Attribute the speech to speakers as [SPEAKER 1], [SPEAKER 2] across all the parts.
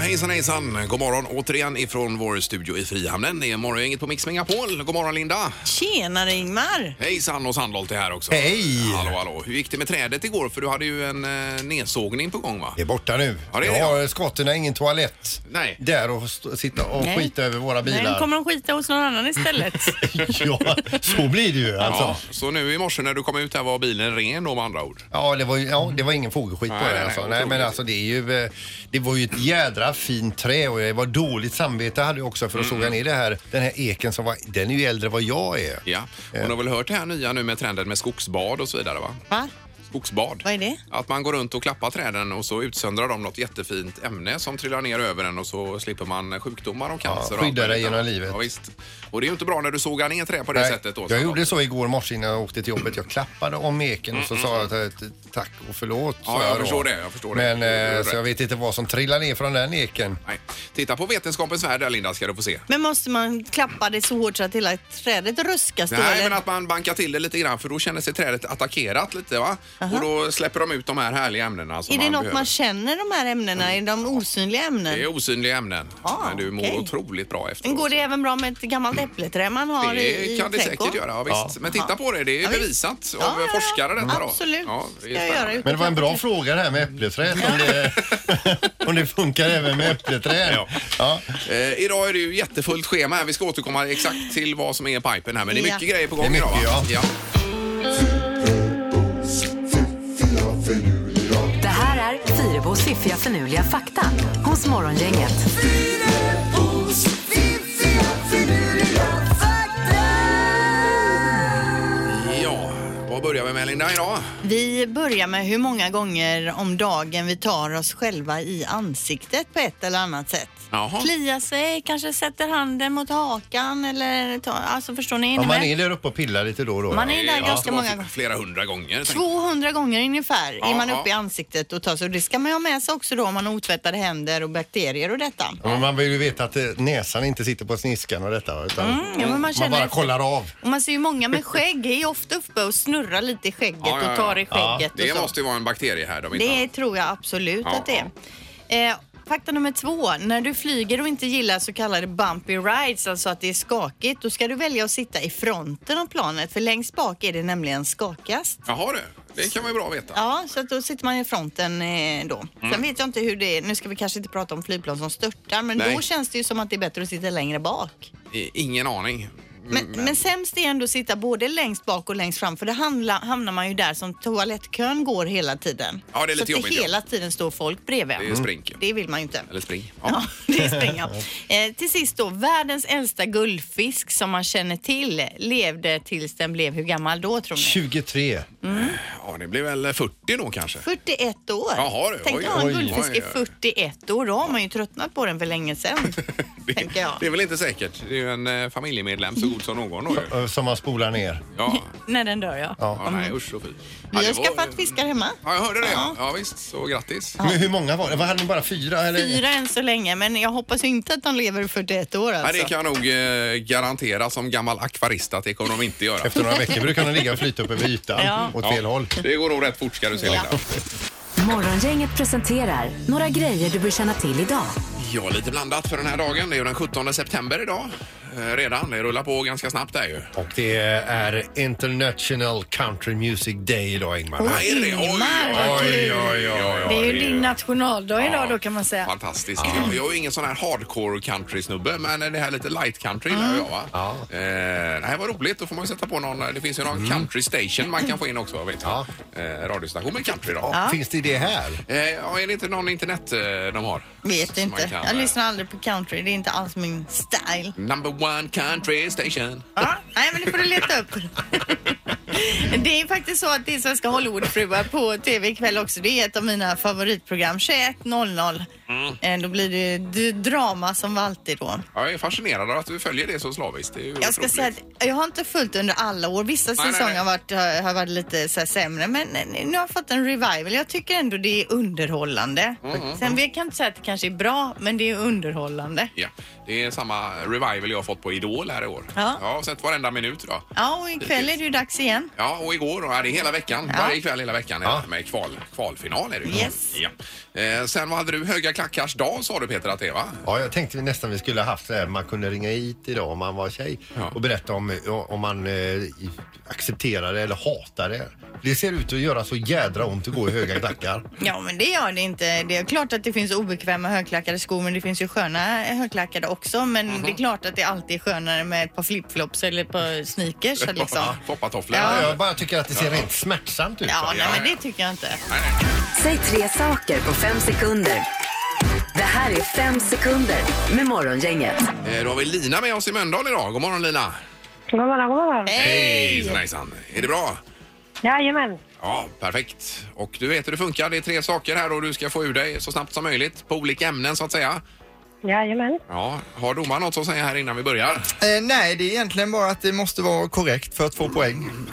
[SPEAKER 1] Hejsan hejsan! God morgon återigen ifrån vår studio i Frihamnen. Det är morgongänget på Mix Megapol. God morgon Linda!
[SPEAKER 2] Tjenare Ingmar!
[SPEAKER 1] Hejsan och Sandholt är här också.
[SPEAKER 3] Hej!
[SPEAKER 1] Hallå hallå! Hur gick det med trädet igår? För du hade ju en eh, nedsågning på gång va?
[SPEAKER 3] Det är borta nu.
[SPEAKER 1] Ja, det är det,
[SPEAKER 3] jag har skotterna ingen toalett.
[SPEAKER 1] Nej.
[SPEAKER 3] Där och st- sitta och
[SPEAKER 2] Nej.
[SPEAKER 3] skita över våra bilar.
[SPEAKER 2] Nej, nu kommer de skita hos någon annan istället.
[SPEAKER 3] ja, så blir det ju alltså.
[SPEAKER 1] Ja, så nu i morse när du kom ut här var bilen ren då med andra ord.
[SPEAKER 3] Ja, det var, ju- ja, det var ingen fågelskit på
[SPEAKER 1] Nej,
[SPEAKER 3] det
[SPEAKER 1] nej,
[SPEAKER 3] alltså.
[SPEAKER 1] nej,
[SPEAKER 3] Nej, men
[SPEAKER 1] otroligt.
[SPEAKER 3] alltså det är ju... eh, Det var ju ett jädra fint trä och det var dåligt samvete hade jag också för
[SPEAKER 1] Mm.
[SPEAKER 3] att såga ner det här. Den här eken som var... Den är ju äldre än vad jag är.
[SPEAKER 1] Ja.
[SPEAKER 3] Eh.
[SPEAKER 1] Och ni har väl hört det här nya nu med trenden med skogsbad och så vidare va?
[SPEAKER 2] Va?
[SPEAKER 1] Skogsbad.
[SPEAKER 2] Vad är det?
[SPEAKER 1] Att man går runt och klappar träden och så utsöndrar de något jättefint ämne som trillar ner över en och så slipper man sjukdomar och cancer. och
[SPEAKER 3] skydda
[SPEAKER 1] allt
[SPEAKER 3] dig
[SPEAKER 1] möjligt
[SPEAKER 3] genom
[SPEAKER 1] annat.
[SPEAKER 3] livet.
[SPEAKER 1] Ja, visst. Och det är ju inte bra när du sågar ner trä på det
[SPEAKER 3] Nej,
[SPEAKER 1] sättet. Då,
[SPEAKER 3] jag
[SPEAKER 1] Sandholt.
[SPEAKER 3] gjorde så igår morse innan jag åkte till jobbet. Jag klappade om eken och så sa jag att, eh, tack och förlåt.
[SPEAKER 1] Mm, Ja,
[SPEAKER 3] sa
[SPEAKER 1] jag
[SPEAKER 3] då.
[SPEAKER 1] förstår det, jag förstår det.
[SPEAKER 3] men,
[SPEAKER 1] Det är
[SPEAKER 3] eh,
[SPEAKER 1] rätt.
[SPEAKER 3] så jag vet inte vad som trillar ner från den eken.
[SPEAKER 1] Nej. Titta på Vetenskapens värld där Linda ska du få se.
[SPEAKER 2] Men måste man klappa det så hårt så att hela trädet ruskas då
[SPEAKER 1] Nej,
[SPEAKER 2] eller?
[SPEAKER 1] men att man bankar till det lite grann för då känner sig trädet attackerat lite va? Och då släpper de ut de här härliga ämnena som
[SPEAKER 2] Är det
[SPEAKER 1] man
[SPEAKER 2] något
[SPEAKER 1] behöver.
[SPEAKER 2] man känner de här ämnena? Är de osynliga ämnen?
[SPEAKER 1] Det är osynliga ämnen.
[SPEAKER 2] Ah,
[SPEAKER 1] men du mår
[SPEAKER 2] okej.
[SPEAKER 1] otroligt bra efteråt.
[SPEAKER 2] Men går det även bra med ett gammalt äppleträ man har i,
[SPEAKER 1] Det
[SPEAKER 2] i
[SPEAKER 1] kan det
[SPEAKER 2] trädgården?
[SPEAKER 1] säkert göra, ja, visst. Men titta på det, det är
[SPEAKER 2] Ja, visst.
[SPEAKER 1] bevisat
[SPEAKER 2] Ja,
[SPEAKER 1] av
[SPEAKER 2] ja, ja.
[SPEAKER 1] forskare detta då.
[SPEAKER 2] Absolut.
[SPEAKER 1] Ja, det
[SPEAKER 2] Ska
[SPEAKER 1] är
[SPEAKER 2] jag
[SPEAKER 1] spännande.
[SPEAKER 2] göra det.
[SPEAKER 3] Men det var en bra fråga det här med äppleträd. Om det, om det funkar även med äppleträd.
[SPEAKER 1] Ja.
[SPEAKER 3] Ja.
[SPEAKER 1] Eh, idag är det ju jättefullt schema här. Vi ska återkomma exakt till vad som är i pipen här. Men det är
[SPEAKER 2] Ja.
[SPEAKER 1] mycket grejer på gång
[SPEAKER 3] Det är mycket,
[SPEAKER 1] idag va?
[SPEAKER 3] ja.
[SPEAKER 4] Det här är Fyrabos fiffiga förnuliga fakta hos Morgongänget.
[SPEAKER 1] Ja. ja, vad börjar vi med Linda idag?
[SPEAKER 2] Vi börjar med hur många gånger om dagen vi tar oss själva i ansiktet på ett eller annat sätt.
[SPEAKER 1] Jaha.
[SPEAKER 2] Klia sig, kanske sätter handen mot hakan eller ta, alltså förstår ni? Är ni
[SPEAKER 3] Ja, man
[SPEAKER 2] med?
[SPEAKER 3] är där uppe och pillar lite då och då.
[SPEAKER 2] Man är
[SPEAKER 1] Det
[SPEAKER 2] där
[SPEAKER 1] måste
[SPEAKER 2] ganska
[SPEAKER 1] vara
[SPEAKER 2] många gånger.
[SPEAKER 1] Flera hundra gånger. tänker jag.
[SPEAKER 2] 200 gånger ungefär
[SPEAKER 1] Ja,
[SPEAKER 2] är man
[SPEAKER 1] ja.
[SPEAKER 2] uppe i ansiktet och tar sig. Och det ska man ju ha med sig också då om man har otvättade händer och bakterier och detta.
[SPEAKER 3] Ja, men man vill ju veta att eh, näsan inte sitter på sniskan och detta. va, Utan
[SPEAKER 2] Mm, ja, men man känner-
[SPEAKER 3] bara kollar av.
[SPEAKER 2] Och man ser ju många med skägg är ju ofta uppe och snurrar lite i skägget
[SPEAKER 1] Ja, ja, ja.
[SPEAKER 2] och tar i
[SPEAKER 3] Ja,
[SPEAKER 2] skägget
[SPEAKER 1] Det
[SPEAKER 2] och så.
[SPEAKER 1] måste ju vara en bakterie här. De inte
[SPEAKER 2] Det
[SPEAKER 1] har-
[SPEAKER 2] tror jag absolut
[SPEAKER 1] Ja,
[SPEAKER 2] att det är. Eh, fakta nummer två. När du flyger och inte gillar så kallade bumpy rides, alltså att det är skakigt, då ska du välja att sitta i fronten av planet för längst bak är det nämligen skakast.
[SPEAKER 1] Jaha du, det kan vara bra att veta.
[SPEAKER 2] Ja, så att då sitter man i fronten eh, då.
[SPEAKER 1] Mm.
[SPEAKER 2] Sen vet jag inte hur det är. Nu ska vi kanske inte prata om flygplan som störtar, men
[SPEAKER 1] Nej.
[SPEAKER 2] då känns det ju som att det är bättre att sitta längre bak.
[SPEAKER 1] I- Ingen aning.
[SPEAKER 2] Men, men sämst är ändå att sitta både längst bak och längst fram för det handla, hamnar man ju där som toalettkön går hela tiden.
[SPEAKER 1] Ja, det är lite
[SPEAKER 2] så att
[SPEAKER 1] jobbigt,
[SPEAKER 2] det
[SPEAKER 1] ja.
[SPEAKER 2] hela tiden står folk bredvid. Mm.
[SPEAKER 1] Det är
[SPEAKER 3] Mm.
[SPEAKER 1] sprink.
[SPEAKER 2] Det vill man ju inte.
[SPEAKER 1] Eller spring.
[SPEAKER 2] Ja, det är springa. Eh, till sist då, världens äldsta guldfisk som man känner till levde tills den blev hur gammal då tror ni?
[SPEAKER 3] 23.
[SPEAKER 1] Ja, det blir väl 40 då kanske.
[SPEAKER 2] 41 år.
[SPEAKER 1] Jaha, du.
[SPEAKER 2] Tänk
[SPEAKER 1] Oj,
[SPEAKER 2] att ha en
[SPEAKER 1] oj,
[SPEAKER 2] guldfisk
[SPEAKER 1] oj,
[SPEAKER 2] i
[SPEAKER 1] oj.
[SPEAKER 2] 41 år. Då har man ju tröttnat på den för länge sedan. tänker jag.
[SPEAKER 1] Det är väl inte säkert. Det är ju en eh, familjemedlem så god som någon då ju.
[SPEAKER 3] eh, Som man spolar ner.
[SPEAKER 1] Ja.
[SPEAKER 2] När den dör ja.
[SPEAKER 1] ja, nej usch och fy. Ja,
[SPEAKER 2] Vi
[SPEAKER 1] det
[SPEAKER 2] har
[SPEAKER 1] var-
[SPEAKER 2] skaffat fiskar hemma.
[SPEAKER 1] Ja, jag hörde det. Ja, ja visst. Så grattis.
[SPEAKER 3] Men hur många var det? Vad Hade ni bara fyra? Eller?
[SPEAKER 2] Fyra än så länge, men jag hoppas ju inte att de lever i 41 år
[SPEAKER 1] Nej,
[SPEAKER 2] alltså.
[SPEAKER 1] det kan jag nog eh, garantera som gammal akvarist att det kommer de inte göra.
[SPEAKER 3] Efter några veckor brukar de ligga och flyta upp över ytan
[SPEAKER 2] Ja.
[SPEAKER 3] åt
[SPEAKER 1] Ja,
[SPEAKER 3] fel håll.
[SPEAKER 1] Det går nog rätt fort ska du se
[SPEAKER 2] Ja.
[SPEAKER 1] Linda.
[SPEAKER 4] Morgongänget presenterar några grejer du bör känna till idag.
[SPEAKER 1] Ja, lite blandat för den här dagen. Det är ju den 17 september idag. Eh, redan. Det rullar på ganska snabbt där ju.
[SPEAKER 3] Och det är International Country Music Day idag Ingmar.
[SPEAKER 1] Ja, är det det? Oj,
[SPEAKER 2] Ingmar,
[SPEAKER 1] oj,
[SPEAKER 3] kul.
[SPEAKER 1] oj, oj, oj,
[SPEAKER 2] Det är ju
[SPEAKER 1] oj.
[SPEAKER 2] din nationaldag idag då kan man säga.
[SPEAKER 1] Fantastiskt. Jag, jag är ju ingen sån här hardcore country snubbe men det här lite light country gillar jag va?
[SPEAKER 3] Ja.
[SPEAKER 1] Eh, det här var roligt. Då får man ju sätta på någon. eh, Det finns ju någon country station man kan få in också. Vet jag. Eh, radiostation med country då. Ja.
[SPEAKER 3] Finns det det här?
[SPEAKER 1] Eh, ja, är det inte någon internet eh, de har?
[SPEAKER 2] Vet
[SPEAKER 1] Som man
[SPEAKER 2] inte.
[SPEAKER 1] kan,
[SPEAKER 2] Jag
[SPEAKER 1] eh,
[SPEAKER 2] lyssnar aldrig på country. Det är inte alls min style.
[SPEAKER 1] Number one country station.
[SPEAKER 2] Ja, nej men det får du leta upp. Det är faktiskt så att det är Svenska Hollywoodfruar på tv ikväll också. Det är ett av mina favoritprogram. 21.00.
[SPEAKER 1] Mm.
[SPEAKER 2] Eh, Då blir det ju d- drama som alltid då.
[SPEAKER 1] Jag är fascinerad av att du följer det så slaviskt. Det är ju
[SPEAKER 2] Jag ska
[SPEAKER 1] otroligt.
[SPEAKER 2] säga att jag har inte följt under alla år. Vissa
[SPEAKER 1] nej, nej.
[SPEAKER 2] säsonger har varit, har, har varit lite så här sämre men eh, nu har jag fått en revival. Jag tycker ändå det är underhållande.
[SPEAKER 1] Mm,
[SPEAKER 2] Sen vi kan jag inte säga att det kanske är bra men det är underhållande.
[SPEAKER 1] Ja, det är samma revival jag har fått på Idol här i år.
[SPEAKER 2] Ja.
[SPEAKER 1] Jag har sett varenda minut idag.
[SPEAKER 2] Ja och ikväll är det ju dags igen.
[SPEAKER 1] Ja, och igår då, ja, det är hela veckan.
[SPEAKER 2] Ja.
[SPEAKER 1] Varje kväll hela veckan är det
[SPEAKER 3] Ja.
[SPEAKER 1] med kval, kvalfinal är det ju.
[SPEAKER 2] Yes.
[SPEAKER 1] Ja. Eh, sen vad hade du? Höga klackars dag sa du Peter att det är va?
[SPEAKER 3] Ja, jag tänkte nästan vi skulle ha haft det här man kunde ringa hit idag om man var tjej
[SPEAKER 1] Ja.
[SPEAKER 3] och berätta om, om man eh, accepterar det eller hatar det. Det ser ut att göra så jädra ont att gå i höga klackar.
[SPEAKER 2] Ja, men det gör det inte. Det är klart att det finns obekväma högklackade skor, men det finns ju sköna högklackade också. Men det är klart att det alltid är skönare med ett par flipflops eller ett par sneakers liksom.
[SPEAKER 1] Foppatofflor.
[SPEAKER 2] Ja.
[SPEAKER 3] Jag bara tycker att det ser rent smärtsamt ut.
[SPEAKER 2] Ja,
[SPEAKER 3] va?
[SPEAKER 2] liksom. nej, men det tycker jag inte.
[SPEAKER 4] Säg tre saker på fem sekunder. Det här är fem sekunder med Morgongänget.
[SPEAKER 1] Eh, Då har vi Lina med oss i Mölndal idag. God morgon Lina!
[SPEAKER 5] God morgon, god morgon.
[SPEAKER 2] Hej!
[SPEAKER 1] Hejsan hejsan! Är det bra?
[SPEAKER 5] Jajamän.
[SPEAKER 1] Ja, perfekt. Och du vet hur det funkar. Det är tre saker här och du ska få ur dig så snabbt som möjligt på olika ämnen så att säga.
[SPEAKER 5] Jajamän.
[SPEAKER 1] Ja, har domaren något att säga här innan vi börjar?
[SPEAKER 6] Eh, nej, det är egentligen bara att det måste vara korrekt för att få poäng.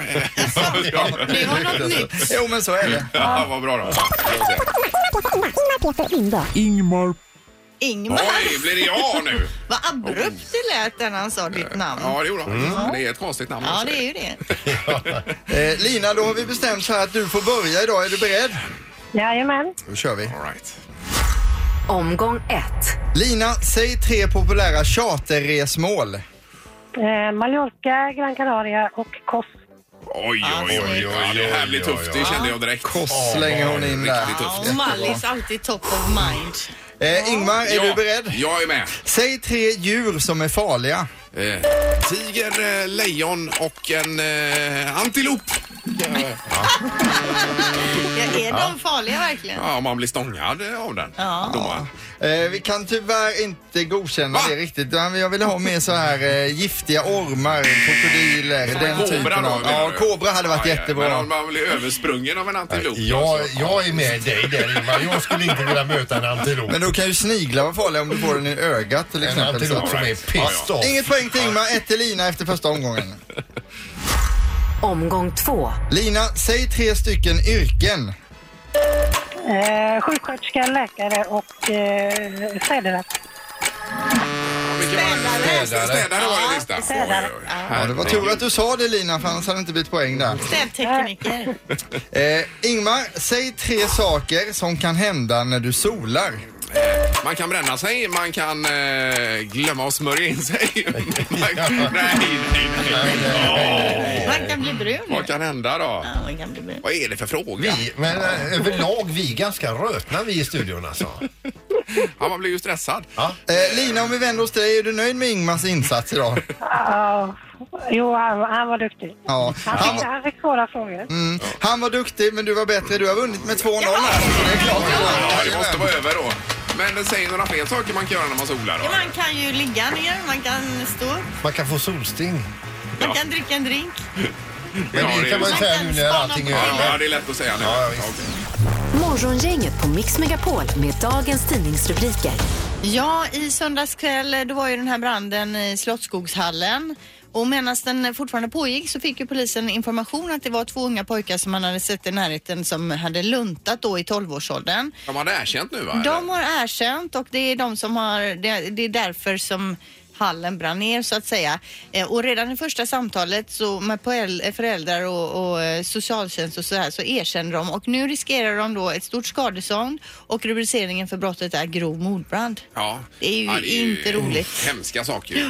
[SPEAKER 2] Det var något nytt.
[SPEAKER 6] Jo, men så är det.
[SPEAKER 1] Ja, vad bra då.
[SPEAKER 2] Ingmar,
[SPEAKER 1] Oj, blir det jag nu?
[SPEAKER 2] vad abrupt det lät när han sa ditt namn.
[SPEAKER 1] Ja, det gjorde han. Det är ett konstigt namn.
[SPEAKER 2] Ja,
[SPEAKER 1] också.
[SPEAKER 2] det är ju det.
[SPEAKER 6] Eh, Lina, då har vi bestämt så här att du får börja idag. Är du beredd?
[SPEAKER 5] Jajamän.
[SPEAKER 6] Då kör vi.
[SPEAKER 1] All right.
[SPEAKER 4] Omgång ett.
[SPEAKER 6] Lina, säg tre populära charterresmål.
[SPEAKER 5] Eh, Mallorca, Gran Canaria och Kos.
[SPEAKER 1] Oj, oj, oj, oj. Det här blir tufft. Det kände jag direkt.
[SPEAKER 6] Kors slänger hon in där.
[SPEAKER 1] Riktigt
[SPEAKER 2] Ja,
[SPEAKER 1] tufft.
[SPEAKER 2] och Mallis alltid top of mind.
[SPEAKER 6] Eh, Ingmar, är du
[SPEAKER 1] Ja,
[SPEAKER 6] beredd?
[SPEAKER 1] Jag är med.
[SPEAKER 6] Säg tre djur som är farliga.
[SPEAKER 1] Eh, tiger, eh, lejon och en eh, antilop.
[SPEAKER 2] Ja, är de farliga verkligen?
[SPEAKER 1] Ja, man blir stångad eh, av den.
[SPEAKER 2] Ja.
[SPEAKER 1] Domaren.
[SPEAKER 6] Eh, vi kan tyvärr inte godkänna
[SPEAKER 1] Va?
[SPEAKER 6] det riktigt. utan Jag ville ha med så här eh, giftiga ormar, krokodiler, den
[SPEAKER 1] Kobra
[SPEAKER 6] typen
[SPEAKER 1] då,
[SPEAKER 6] av...
[SPEAKER 1] menar
[SPEAKER 6] Ja,
[SPEAKER 1] du?
[SPEAKER 6] kobra hade varit
[SPEAKER 1] Ja, ja. Men
[SPEAKER 6] jättebra.
[SPEAKER 1] om man blir översprungen av en antilop.
[SPEAKER 3] Jag,
[SPEAKER 1] alltså.
[SPEAKER 3] jag är med dig där Ingmar. Jag skulle inte vilja möta en antilop.
[SPEAKER 6] Men då kan ju sniglar vara farliga om du får den i ögat till
[SPEAKER 3] En
[SPEAKER 6] exempel.
[SPEAKER 3] antilop som är pissed off.
[SPEAKER 6] Inget poäng till Ingmar, ett till Lina efter första omgången.
[SPEAKER 4] Omgång två.
[SPEAKER 6] Lina, säg tre stycken yrken.
[SPEAKER 5] Eh, sjuksköterska, läkare och eh, städare.
[SPEAKER 1] Vilken var det? Städare var det sista.
[SPEAKER 5] Städare.
[SPEAKER 1] Oj, oj, oj.
[SPEAKER 6] Ja, det var tur att du sa det Lina, för annars hade du inte blivit poäng där.
[SPEAKER 2] Städtekniker.
[SPEAKER 6] Eh, Ingmar, säg tre saker som kan hända när du solar.
[SPEAKER 1] Man kan bränna sig, man kan eh, glömma att smörja in sig. man, nej, nej, nej.
[SPEAKER 2] Han kan bli brun.
[SPEAKER 1] Åh, vad kan hända då?
[SPEAKER 2] Ja, han kan bli brun.
[SPEAKER 1] Vad är det för fråga?
[SPEAKER 3] Vi, men eh, överlag, vi är ganska rötna vi i studion alltså.
[SPEAKER 1] Ja, man blir ju stressad.
[SPEAKER 3] Ja.
[SPEAKER 6] Eh, Lina, om vi vänder oss till dig, är du nöjd med Ingmars insats idag?
[SPEAKER 5] Ja, Ah, jo, han, han var duktig.
[SPEAKER 6] Ja.
[SPEAKER 5] Han
[SPEAKER 6] Han,
[SPEAKER 5] fick, han fick svåra frågor.
[SPEAKER 6] mm, han var duktig, men du var bättre. Du har vunnit med 2-0 här. så Det är klart.
[SPEAKER 1] Ja, det måste vara över då. Men säg några fler saker man kan göra när man solar då.
[SPEAKER 2] Man kan ju ligga ner, man kan stå,
[SPEAKER 3] Man kan få solsting.
[SPEAKER 2] man kan dricka en drink.
[SPEAKER 3] Men
[SPEAKER 1] Ja,
[SPEAKER 3] det kan man ju
[SPEAKER 1] är-
[SPEAKER 3] säga nu när allting är över.
[SPEAKER 1] Ja, det är lätt att säga nu.
[SPEAKER 3] Ja, visst.
[SPEAKER 1] Okej.
[SPEAKER 4] Morgongänget på Mix Megapol med dagens tidningsrubriker.
[SPEAKER 2] Ja, i söndags kväll eh, då var ju den här branden i Slottsskogshallen. Och medan den eh, fortfarande pågick så fick ju polisen information att det var två unga pojkar som man hade sett i närheten som hade luntat då i 12-årsåldern.
[SPEAKER 1] De hade erkänt nu va? eller?
[SPEAKER 2] De har erkänt och det är de som har, det, det är därför som hallen brann ner så att säga. Eh, och redan i första samtalet så med poel- eh, föräldrar och, och eh, socialtjänst och så här så erkänner de och nu riskerar de då ett stort skadestånd och rubriceringen för brottet är grov mordbrand.
[SPEAKER 1] Ja.
[SPEAKER 2] Det är ju inte roligt.
[SPEAKER 1] Hemska saker ju.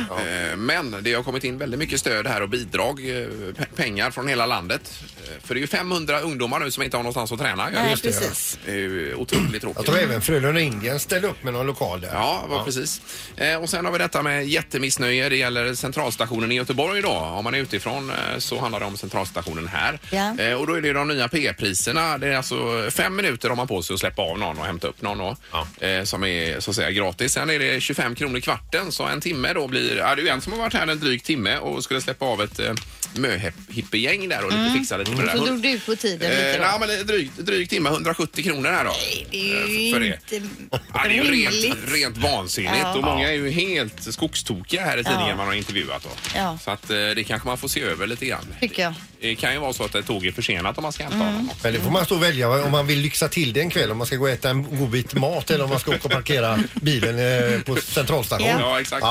[SPEAKER 1] Eh, Men det har kommit in väldigt mycket stöd här och bidrag, eh, pe- pengar från hela landet. Eh, För det är ju 500 ungdomar nu som inte har någonstans att träna.
[SPEAKER 2] Nej,
[SPEAKER 1] Just det,
[SPEAKER 2] precis.
[SPEAKER 1] Det är ju otroligt tråkigt.
[SPEAKER 3] Jag tror även Frölunda Indien ställde upp med någon lokal där.
[SPEAKER 1] Ja, var precis. Eh, och sen har vi detta med jättemissnöje. Det gäller centralstationen i Göteborg idag. Om man är utifrån eh, så handlar det om centralstationen här.
[SPEAKER 2] Ja.
[SPEAKER 1] Eh, och då är det de nya P-priserna. Det är alltså fem minuter har man på sig att släppa av någon och hämta upp någon då,
[SPEAKER 3] Ja.
[SPEAKER 1] eh, som är så att säga gratis. Sen är det 25 kronor kvarten så en timme då blir... Ja, det är ju en som har varit här en dryg timme och skulle släppa av ett eh, möhippiegäng där och lite fixade till det där.
[SPEAKER 2] Mm. Så drog du ut på tiden lite
[SPEAKER 1] Eh,
[SPEAKER 2] då.
[SPEAKER 1] nej, men dryg, dryg timme, 170 kronor här då.
[SPEAKER 2] Nej, det är ju
[SPEAKER 1] Eh, för det.
[SPEAKER 2] inte
[SPEAKER 1] Ja, det är ju
[SPEAKER 2] rimligt.
[SPEAKER 1] rent, rent vansinnigt
[SPEAKER 2] Ja.
[SPEAKER 1] och många är ju helt skogstokiga här i tidningen
[SPEAKER 2] Ja.
[SPEAKER 1] man har intervjuat. Då.
[SPEAKER 2] Ja.
[SPEAKER 1] Så att eh, det kanske man får se över lite grann.
[SPEAKER 2] Tycker jag. Mm.
[SPEAKER 1] Det kan ju vara så att ett tåg är försenat om man ska hämta honom. också.
[SPEAKER 3] Men det får man stå och välja om man vill lyxa till det en kväll, om man ska gå och äta en god bit mat eller om man ska åka och parkera bilen eh, på centralstation.
[SPEAKER 2] Ja.
[SPEAKER 1] Ja, exakt.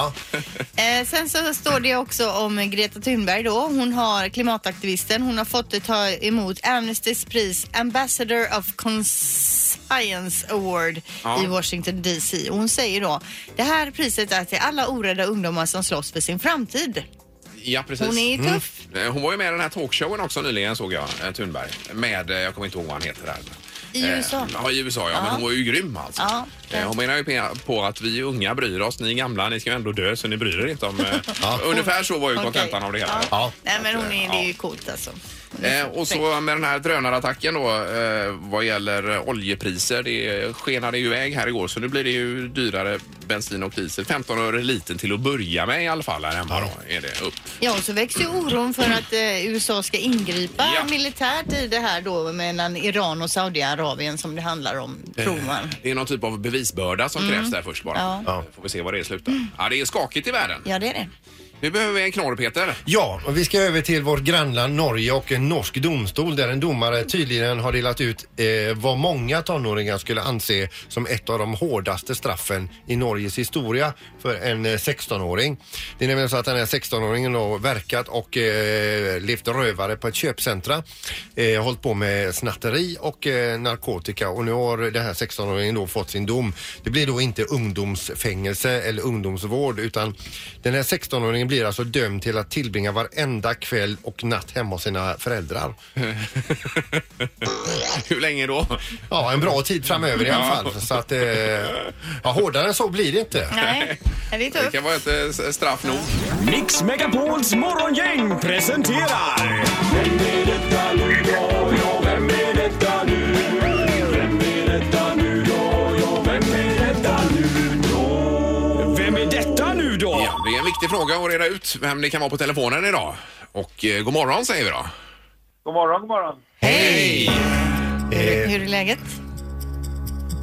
[SPEAKER 2] Eh, sen så står det också om Greta Thunberg då. Hon har klimataktivisten. Hon har fått ta emot Amnestys pris Ambassador of Conscience Award
[SPEAKER 1] Ja.
[SPEAKER 2] i Washington DC. Och hon säger då, det här priset är till alla orädda ungdomar som slåss för sin framtid.
[SPEAKER 1] Ja, precis.
[SPEAKER 2] Hon är ju tuff.
[SPEAKER 1] Eh, Hon var ju med i den här talkshowen också nyligen såg jag, eh, Thunberg. Med, eh, jag kommer inte ihåg vad han heter där.
[SPEAKER 2] I
[SPEAKER 1] Eh,
[SPEAKER 2] USA.
[SPEAKER 1] Ja, i USA ja. Men hon var ju grym alltså.
[SPEAKER 2] Ja,
[SPEAKER 1] Eh, Hon menar ju pe- på att vi unga bryr oss, ni gamla ni ska ju ändå dö så ni bryr er inte om... eh, Ungefär så var ju
[SPEAKER 2] Okej.
[SPEAKER 1] kontentan av det hela.
[SPEAKER 3] Ja.
[SPEAKER 2] Nej men hon är, det är ju
[SPEAKER 1] Ja.
[SPEAKER 2] coolt alltså.
[SPEAKER 1] Eh, och så med den här drönarattacken då eh, vad gäller eh, oljepriser. Det skenade ju iväg här igår så nu blir det ju dyrare bensin och diesel. 15 öre litern till att börja med i alla fall här hemma då är det upp.
[SPEAKER 2] Ja, och så växer ju oron för att eh, USA ska ingripa
[SPEAKER 1] Ja.
[SPEAKER 2] militärt i det här då mellan Iran och Saudiarabien som det handlar om, tror man.
[SPEAKER 1] Det är någon typ av bevisbörda som krävs där först bara. Eh,
[SPEAKER 2] Ja.
[SPEAKER 3] Ja.
[SPEAKER 1] Får vi se vad det slutar. Ja, det är skakigt i världen.
[SPEAKER 2] Ja, det är det.
[SPEAKER 1] Nu behöver vi en knorr, Peter.
[SPEAKER 3] Ja, och vi ska över till vårt grannland Norge och en norsk domstol där en domare tydligen har delat ut eh, vad många tonåringar skulle anse som ett av de hårdaste straffen i Norges historia för en eh, 16-åring. Det är nämligen så att den här 16-åringen har verkat och eh, levt rövare på ett köpcentra, eh, hållit på med snatteri och eh, narkotika och nu har den här 16-åringen då fått sin dom. Det blir då inte ungdomsfängelse eller ungdomsvård utan den här 16-åringen blir alltså dömd till att tillbringa varenda kväll och natt hemma hos sina föräldrar.
[SPEAKER 1] Hur länge då?
[SPEAKER 3] Ja, en bra tid framöver i alla fall. Så att, eh, ja, hårdare än så blir det inte.
[SPEAKER 2] Nej, det är
[SPEAKER 1] Det
[SPEAKER 2] tufft.
[SPEAKER 1] kan vara ett eh, straff nog.
[SPEAKER 7] Mix Megapols morgongäng presenterar... Vem är detta nu då? Ja, vem är detta nu? Vem är detta nu då? Ja, vem är detta nu då? Vem är detta nu då?
[SPEAKER 1] Ja, det är en viktig fråga att reda ut vem det kan vara på telefonen idag. Och eh, god morgon säger vi då.
[SPEAKER 8] God morgon, god morgon.
[SPEAKER 1] Hej!
[SPEAKER 2] Hur, hur är läget?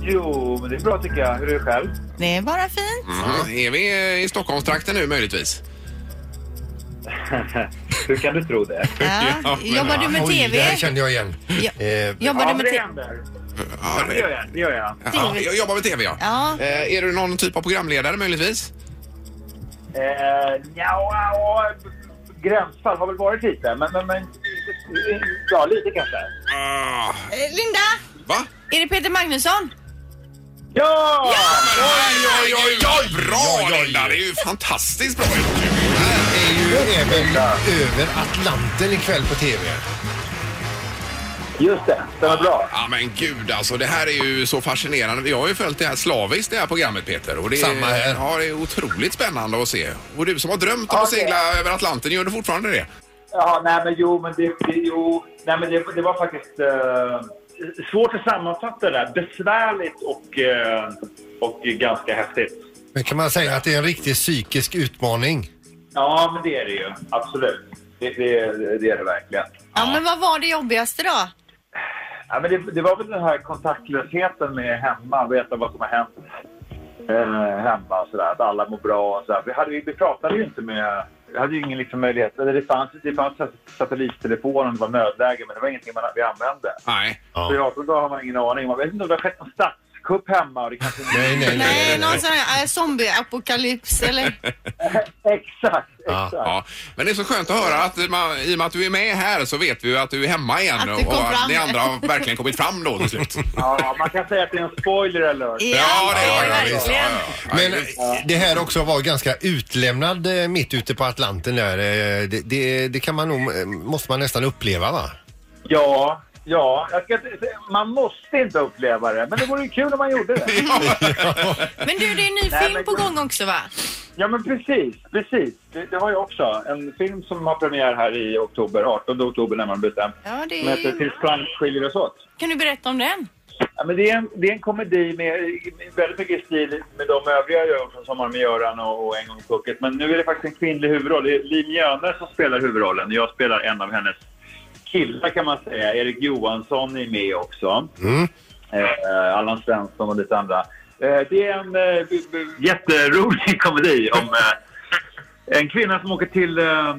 [SPEAKER 8] Jo, men det är bra tycker jag. Hur är det själv?
[SPEAKER 2] Det är bara fint.
[SPEAKER 1] Mm, är vi eh, i Stockholmstrakten nu möjligtvis?
[SPEAKER 8] Hur kan du tro det?
[SPEAKER 2] Ja.
[SPEAKER 1] men-
[SPEAKER 2] Jobbar du med
[SPEAKER 3] Oj, det här
[SPEAKER 2] TV?
[SPEAKER 3] kände jag igen.
[SPEAKER 2] Ja.
[SPEAKER 3] Eh,
[SPEAKER 2] Jobbar du
[SPEAKER 8] ja,
[SPEAKER 2] med
[SPEAKER 8] det
[SPEAKER 2] TV?
[SPEAKER 8] händer.
[SPEAKER 1] Ja,
[SPEAKER 8] Det gör jag. Det gör jag.
[SPEAKER 1] ja, jag jobbar med TV ja.
[SPEAKER 2] Ja.
[SPEAKER 1] Eh, är du någon typ av programledare möjligtvis?
[SPEAKER 8] Eh, ja, ja, gränsfall har väl varit lite, men... men, men ja, lite kanske.
[SPEAKER 1] Ah,
[SPEAKER 2] Eh, Linda,
[SPEAKER 1] va?
[SPEAKER 2] är det Peter Magnusson?
[SPEAKER 8] Ja!
[SPEAKER 1] Oj, oj, oj, oj! Bra Linda! Det är ju fantastiskt bra gjort.
[SPEAKER 3] Det är ju även över Atlanten ikväll på TV.
[SPEAKER 8] Just det, den var bra.
[SPEAKER 1] Ja men gud alltså, det här är ju så fascinerande. Jag har ju följt det här slaviskt det här programmet Peter. Och det är,
[SPEAKER 3] Samma här.
[SPEAKER 1] Ja, det är otroligt spännande att se. Och du som har drömt om att
[SPEAKER 8] Okej.
[SPEAKER 1] segla över Atlanten, gör du fortfarande det?
[SPEAKER 8] Ja, nej men jo, men det, det, jo, nej, men det, det var faktiskt eh, svårt att sammanfatta det där. Besvärligt och, eh, och ganska häftigt.
[SPEAKER 3] Men kan man säga att det är en riktig psykisk utmaning?
[SPEAKER 8] Ja, men det är det ju. Absolut. Det, det, det är det verkligen.
[SPEAKER 2] Ja, men vad var det jobbigaste då?
[SPEAKER 8] Ja, men det, det var väl den här kontaktlösheten med hemma, veta vad som har hänt eh, hemma och sådär. Att alla mår bra och sådär. Vi, hade, vi pratade ju inte med... Vi hade ju ingen liksom möjlighet. Eller det fanns, det fanns satellittelefon om det var nödläge, men det var ingenting man, vi använde.
[SPEAKER 1] Nej.
[SPEAKER 3] Ja.
[SPEAKER 8] Så i 18 dagar har man ingen aning. Man vet inte om det har skett någon statskupp hemma. Och det kanske inte...
[SPEAKER 3] Nej, nej, nej.
[SPEAKER 2] Nej, någon sån här eh, zombieapokalyps eller?
[SPEAKER 8] Exakt,
[SPEAKER 3] Ja,
[SPEAKER 8] exakt.
[SPEAKER 1] Ja. Men det är så skönt att höra att man, i och med att du är med här så vet vi ju att du är hemma igen.
[SPEAKER 2] Att du
[SPEAKER 1] och
[SPEAKER 2] kom
[SPEAKER 1] att
[SPEAKER 2] fram.
[SPEAKER 1] ni andra har verkligen kommit fram då till slut.
[SPEAKER 8] Ja, man kan säga att det är en spoiler alert.
[SPEAKER 2] var
[SPEAKER 1] det.
[SPEAKER 2] verkligen.
[SPEAKER 3] Men eh,
[SPEAKER 1] Men,
[SPEAKER 3] det här också var ganska utlämnad eh, mitt ute på Atlanten där. eh, Det, det, det kan man nog, eh, måste man nästan uppleva va?
[SPEAKER 8] Ja, ja. Jag ska, man måste inte uppleva det, men det vore ju kul om man gjorde det.
[SPEAKER 2] Men du, det är en ny
[SPEAKER 8] Nej,
[SPEAKER 2] film
[SPEAKER 8] men-
[SPEAKER 2] på gång också va?
[SPEAKER 8] Ja, men precis. precis. Det, det har jag också. En film som har premiär här i oktober, 18 oktober närmare bestämt,
[SPEAKER 2] Ja, det
[SPEAKER 8] som heter
[SPEAKER 2] är...
[SPEAKER 8] Tills plank skiljer oss åt.
[SPEAKER 2] Kan du berätta om den?
[SPEAKER 8] Ja, men det, är en, det är en komedi med med väldigt mycket stil med de övriga jag gör från Sommar med Göran och, och En gång i pucket. Men nu är det faktiskt en kvinnlig huvudroll. Det är Liv Mjöner som spelar huvudrollen. Jag spelar en av hennes killar kan man säga. Erik Johansson är med också. Eh, Allan Svensson och lite andra. Eh, det är en eh, b- b- jätterolig komedi om eh, En kvinna som åker till eh,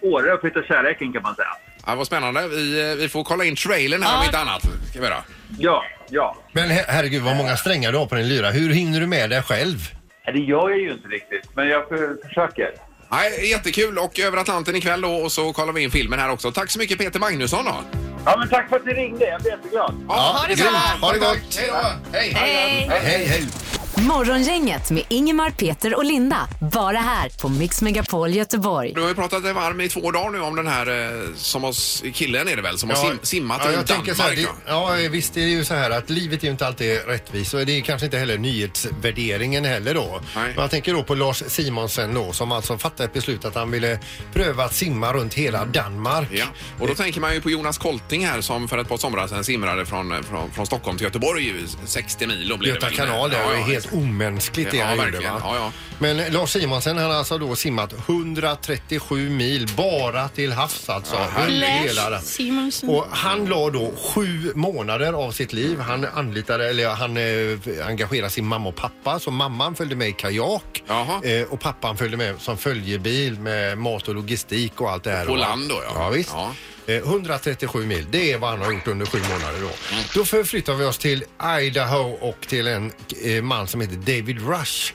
[SPEAKER 8] Åre och hittar kärleken kan man säga.
[SPEAKER 1] Ja, vad spännande. Vi, eh, vi får kolla in trailern här om
[SPEAKER 2] Ja.
[SPEAKER 1] inte annat. Ska vi göra.
[SPEAKER 8] Ja, ja.
[SPEAKER 3] Men her- herregud vad många strängar du har på din lyra. Hur hinner du med det själv?
[SPEAKER 8] Nej, Det gör jag ju inte riktigt, men jag för- försöker.
[SPEAKER 1] Nej, jättekul och över Atlanten ikväll då och så kollar vi in filmen här också. Tack så mycket Peter Magnusson då.
[SPEAKER 8] Ja, men tack för att ni ringde. Jag blir jätteglad.
[SPEAKER 1] Ja,
[SPEAKER 2] ha det
[SPEAKER 1] grymt.
[SPEAKER 2] bra.
[SPEAKER 3] Ha det gott!
[SPEAKER 1] Hej då! Hej!
[SPEAKER 2] Hej!
[SPEAKER 3] Hej, hej!
[SPEAKER 4] Morgongänget med Ingemar, Peter och Linda. Bara här på Mix Megapol Göteborg.
[SPEAKER 1] Du har ju pratat dig varm i två dagar nu om den här eh, som har, s- killen är det väl, som har sim, simmat
[SPEAKER 3] ja,
[SPEAKER 1] i
[SPEAKER 3] jag tänker så här,
[SPEAKER 1] Danmark.
[SPEAKER 3] det,
[SPEAKER 1] då.
[SPEAKER 3] ja, visst det är ju så här att livet är ju inte alltid rättvist och det är kanske inte heller nyhetsvärderingen heller då.
[SPEAKER 1] Nej.
[SPEAKER 3] Men jag tänker då på Lars Simonsen då som alltså fattade ett beslut att han ville pröva att simma runt hela Danmark.
[SPEAKER 1] Ja, och då tänker man ju på Jonas Kolting här som för ett par somrar sedan simrade från, eh, från, från Stockholm till Göteborg, ju, 60 mil. och blev det
[SPEAKER 3] Göta
[SPEAKER 1] väl.
[SPEAKER 3] kanal där,
[SPEAKER 1] Ja,
[SPEAKER 3] det
[SPEAKER 1] ja.
[SPEAKER 3] är helt omänskligt det
[SPEAKER 1] Ja,
[SPEAKER 3] han gjorde
[SPEAKER 1] verkligen.
[SPEAKER 3] va?
[SPEAKER 1] Ja, ja.
[SPEAKER 3] Men Lars Simonsen han har alltså då simmat 137 mil bara till havs alltså. under hela det.
[SPEAKER 2] Simonsen.
[SPEAKER 3] Och han la då sju månader av sitt liv. Han anlitade, eller han eh, engagerade sin mamma och pappa. Så mamman följde med i kajak
[SPEAKER 1] Jaha.
[SPEAKER 3] eh, och pappan följde med som följebil med mat och logistik och allt det här.
[SPEAKER 1] På
[SPEAKER 3] Och-
[SPEAKER 1] land då, ja.
[SPEAKER 3] ja visst.
[SPEAKER 1] Ja.
[SPEAKER 3] Eh, 137 mil, det är vad han har gjort under sju månader då. Då förflyttar vi oss till Idaho och till en eh, man som heter David Rush.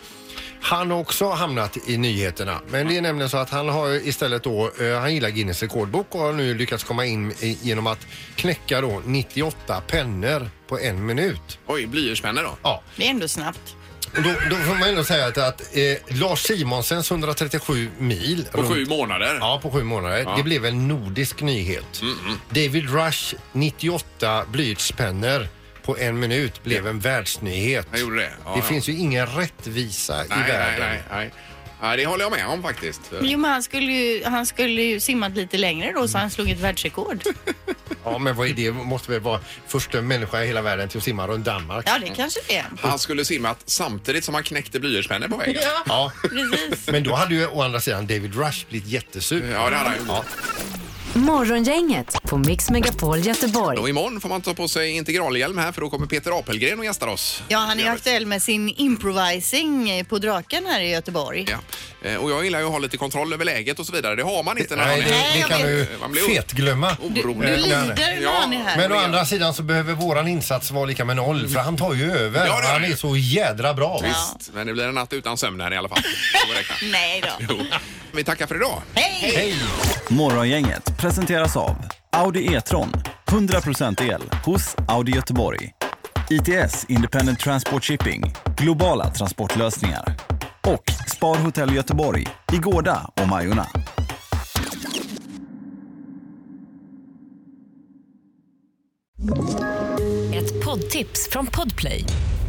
[SPEAKER 3] Han har också hamnat i nyheterna. Men det är nämligen så att han har istället då, eh, han gillar Guinness rekordbok och har nu lyckats komma in i- genom att knäcka då 98 pennor på en minut.
[SPEAKER 1] Oj, blyertspennor då.
[SPEAKER 3] Ja,
[SPEAKER 2] Det är ändå snabbt.
[SPEAKER 3] och då, då får man ändå säga att, att eh, Lars Simonsens 137 mil
[SPEAKER 1] På sju månader.
[SPEAKER 3] Ja, på sju månader. Det blev en nordisk nyhet.
[SPEAKER 1] Mm,
[SPEAKER 3] David Rush, 98 blyertspennor på en minut blev en världsnyhet.
[SPEAKER 1] Jag gjorde det. Ja, ja.
[SPEAKER 3] finns ju ingen rättvisa i
[SPEAKER 1] nej, nej,
[SPEAKER 3] världen.
[SPEAKER 1] nej, nej. Ja, det håller jag med om faktiskt.
[SPEAKER 2] Jo, men han skulle ju, han skulle ju simmat lite längre då så han slog ett världsrekord.
[SPEAKER 3] Ja, men vad är det? Måste väl vara första människa i hela världen till att simma runt Danmark?
[SPEAKER 2] Ja, det kanske det är.
[SPEAKER 1] Han skulle simmat samtidigt som han knäckte blyertspennor på vägen.
[SPEAKER 3] Ja.
[SPEAKER 2] Precis.
[SPEAKER 3] Men då hade ju å andra sidan David Rush blivit jättesur.
[SPEAKER 1] Ja, det hade han gjort.
[SPEAKER 4] Morgongänget på Mix Megapol
[SPEAKER 1] Och
[SPEAKER 4] Göteborg.
[SPEAKER 1] imorgon får man ta på sig integralhjälm här för då kommer Peter Apelgren och gästar oss.
[SPEAKER 2] Ja, han är ju aktuell med sin improvising på Draken här i Göteborg.
[SPEAKER 1] Ja. Eh, Och jag gillar ju att ha lite kontroll över läget och så vidare. Det har man inte när
[SPEAKER 3] Nej,
[SPEAKER 1] man är
[SPEAKER 3] det, det
[SPEAKER 2] jag
[SPEAKER 3] kan du
[SPEAKER 2] vet.
[SPEAKER 1] Man blir- Oh.
[SPEAKER 3] fetglömma.
[SPEAKER 1] orolig.
[SPEAKER 2] Du
[SPEAKER 3] Eh, men-
[SPEAKER 2] lider när
[SPEAKER 1] Ja,
[SPEAKER 2] han är här.
[SPEAKER 3] Men å andra sidan så behöver våran insats vara lika med noll för han tar ju över.
[SPEAKER 1] Ja, det gör
[SPEAKER 3] han
[SPEAKER 1] han.
[SPEAKER 3] är så jädra bra.
[SPEAKER 1] Visst, men det blir en natt utan sömn här i alla fall. Får vi räkna.
[SPEAKER 2] Nej då.
[SPEAKER 1] Jo. Vi tackar för idag.
[SPEAKER 2] Hej!
[SPEAKER 9] Morgongänget presenteras av Audi E-tron. 100% el hos Audi Göteborg. ITS Independent Transport Shipping. Globala transportlösningar. Och Spar Hotel Göteborg i Gårda och Majorna.
[SPEAKER 10] Ett poddtips från Podplay.